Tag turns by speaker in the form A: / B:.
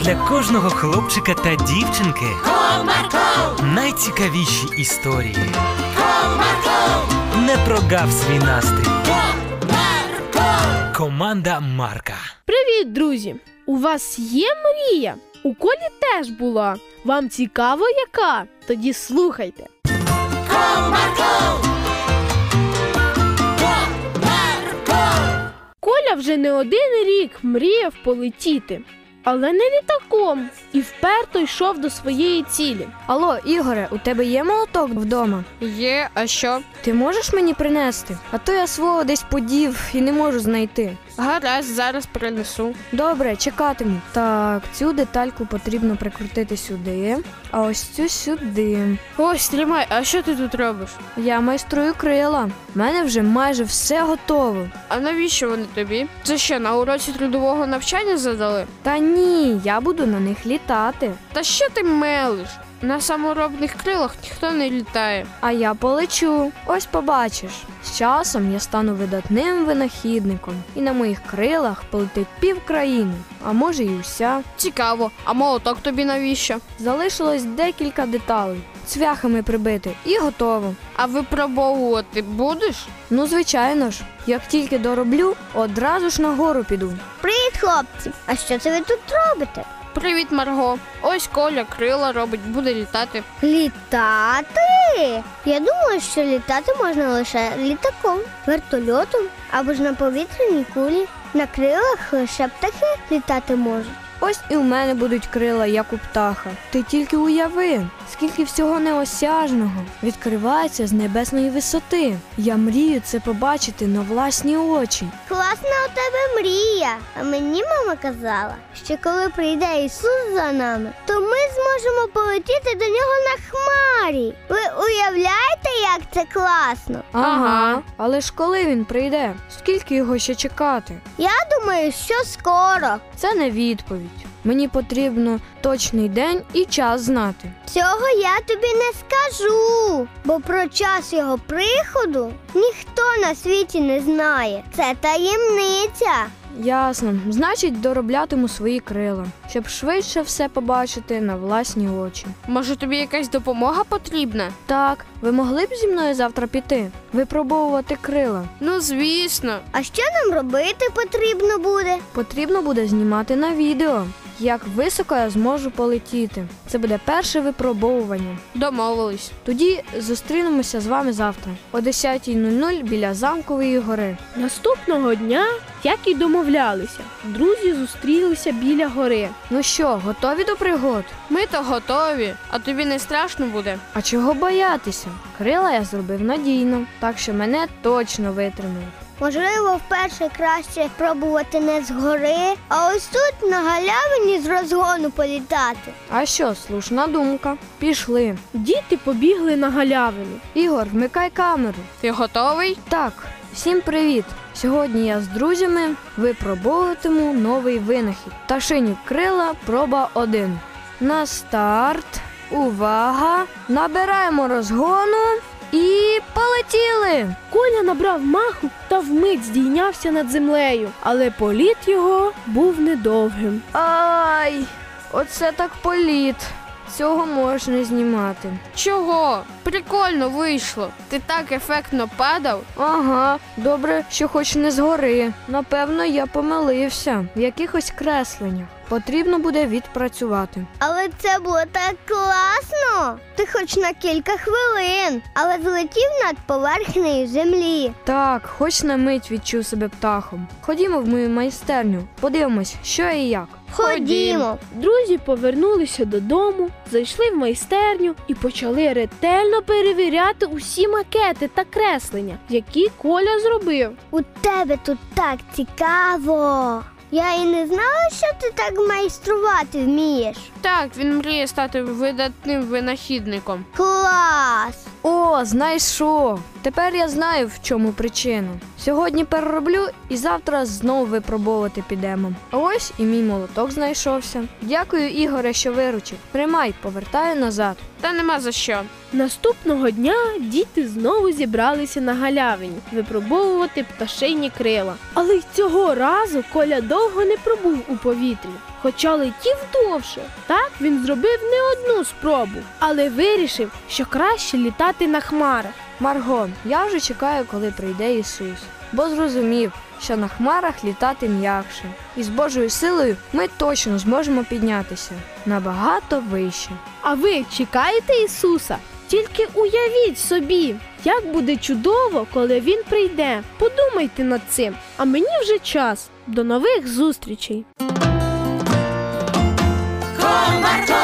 A: для кожного хлопчика та дівчинки
B: Comarco,
A: найцікавіші історії.
B: comarco,
A: Не прогав свій настрій.
B: comarco.
A: Команда Марка.
C: Привіт, друзі! У вас є мрія? У колі теж була. Вам цікаво, яка? Тоді слухайте. Коля вже не один рік мріяв полетіти, але не літаком і вперто йшов до своєї цілі.
D: Алло, Ігоре, у тебе є молоток вдома?
E: Є, а що?
D: Ти можеш мені принести? А то я свого десь подів і не можу знайти.
E: Гаразд, зараз принесу.
D: Добре, чекатиму. Так, цю детальку потрібно прикрутити сюди, а ось цю сюди.
E: Ось, тримай, а що ти тут робиш?
D: Я майструю крила. У мене вже майже все готово.
E: А навіщо вони тобі? Це що, на уроці трудового навчання задали?
D: Та ні, я буду на них літати.
E: Та що ти мелиш? На саморобних крилах ніхто не літає.
D: А я полечу. Ось побачиш. З часом я стану видатним винахідником, і на моїх крилах полетить пів країни, а може й уся.
E: Цікаво, а молоток тобі навіщо?
D: Залишилось декілька деталей. Цвяхами прибити і готово.
E: А випробовувати будеш?
D: Ну, звичайно ж, як тільки дороблю, одразу ж нагору піду.
F: Привіт, хлопці! А що це ви тут робите?
E: Привіт, Марго. Ось Коля крила робить, буде літати.
F: Літати? Я думала, що літати можна лише літаком, вертольотом або ж на повітряній кулі. На крилах лише птахи літати можуть.
D: Ось і в мене будуть крила, як у птаха. Ти тільки уяви, скільки всього неосяжного відкривається з небесної висоти. Я мрію це побачити на власні очі.
F: Класна у тебе мрія. А мені мама казала, що коли прийде Ісус за нами, то ми зможемо полетіти до нього на хмарі. Ви уявляєте, як це класно?
E: Ага.
D: Але ж коли він прийде, скільки його ще чекати?
F: Я думаю, що скоро.
D: Це не відповідь. Мені потрібно точний день і час знати.
F: Цього я тобі не скажу, бо про час його приходу ніхто на світі не знає. Це таємниця.
D: Ясно, значить, дороблятиму свої крила, щоб швидше все побачити на власні очі.
E: Може, тобі якась допомога потрібна?
D: Так, ви могли б зі мною завтра піти, випробовувати крила.
E: Ну, звісно.
F: А що нам робити потрібно буде?
D: Потрібно буде знімати на відео, як високо я зможу полетіти. Це буде перше випробовування.
E: Домовились.
D: Тоді зустрінемося з вами завтра о 10.00 біля замкової гори.
C: Наступного дня, як і домовлялися, друзі зустрілися біля гори.
D: Ну що, готові до пригод?
E: Ми то готові, а тобі не страшно буде.
D: А чого боятися? Крила я зробив надійно, так що мене точно витримають.
F: Можливо, вперше краще пробувати не згори, а ось тут на галявині з розгону політати.
D: А що, слушна думка? Пішли.
C: Діти побігли на галявину.
D: Ігор, вмикай камеру.
E: Ти готовий?
D: Так, всім привіт! Сьогодні я з друзями випробовуватиму новий винахід. Ташині крила проба 1. На старт. Увага! Набираємо розгону і полетіли!
C: Коля набрав маху та вмить здійнявся над землею, але політ його був недовгим.
D: Ай! Оце так політ. Цього можна знімати.
E: Чого? Прикольно вийшло. Ти так ефектно падав.
D: Ага, добре, що хоч не згори. Напевно, я помилився в якихось кресленнях. Потрібно буде відпрацювати.
F: Але це було так класно. Ти хоч на кілька хвилин, але злетів над поверхнею землі.
D: Так, хоч на мить відчув себе птахом. Ходімо в мою майстерню, подивимось, що і як.
F: Ходімо.
C: Друзі повернулися додому, зайшли в майстерню і почали ретельно перевіряти усі макети та креслення, які Коля зробив.
F: У тебе тут так цікаво. Я і не знала, що ти так майструвати вмієш.
E: Так, він мріє стати видатним винахідником.
F: Клас!
D: О, знаєш що? Тепер я знаю, в чому причина. Сьогодні перероблю і завтра знову випробовувати підемо. А ось і мій молоток знайшовся. Дякую, Ігоре, що виручив. Тримай, повертаю назад.
E: Та нема за що.
C: Наступного дня діти знову зібралися на галявині випробовувати пташині крила. Але й цього разу Коля довго не пробув у повітрі. повітрі, хоча летів довше. Так він зробив не одну спробу, але вирішив, що краще літати на хмарах.
D: Марго, я вже чекаю, коли прийде Ісус, бо зрозумів, що на хмарах літати м'якше, і з Божою силою ми точно зможемо піднятися набагато вище.
C: А ви чекаєте Ісуса? Тільки уявіть собі, як буде чудово, коли він прийде. Подумайте над цим. А мені вже час. До нових зустрічей.
B: con Marco.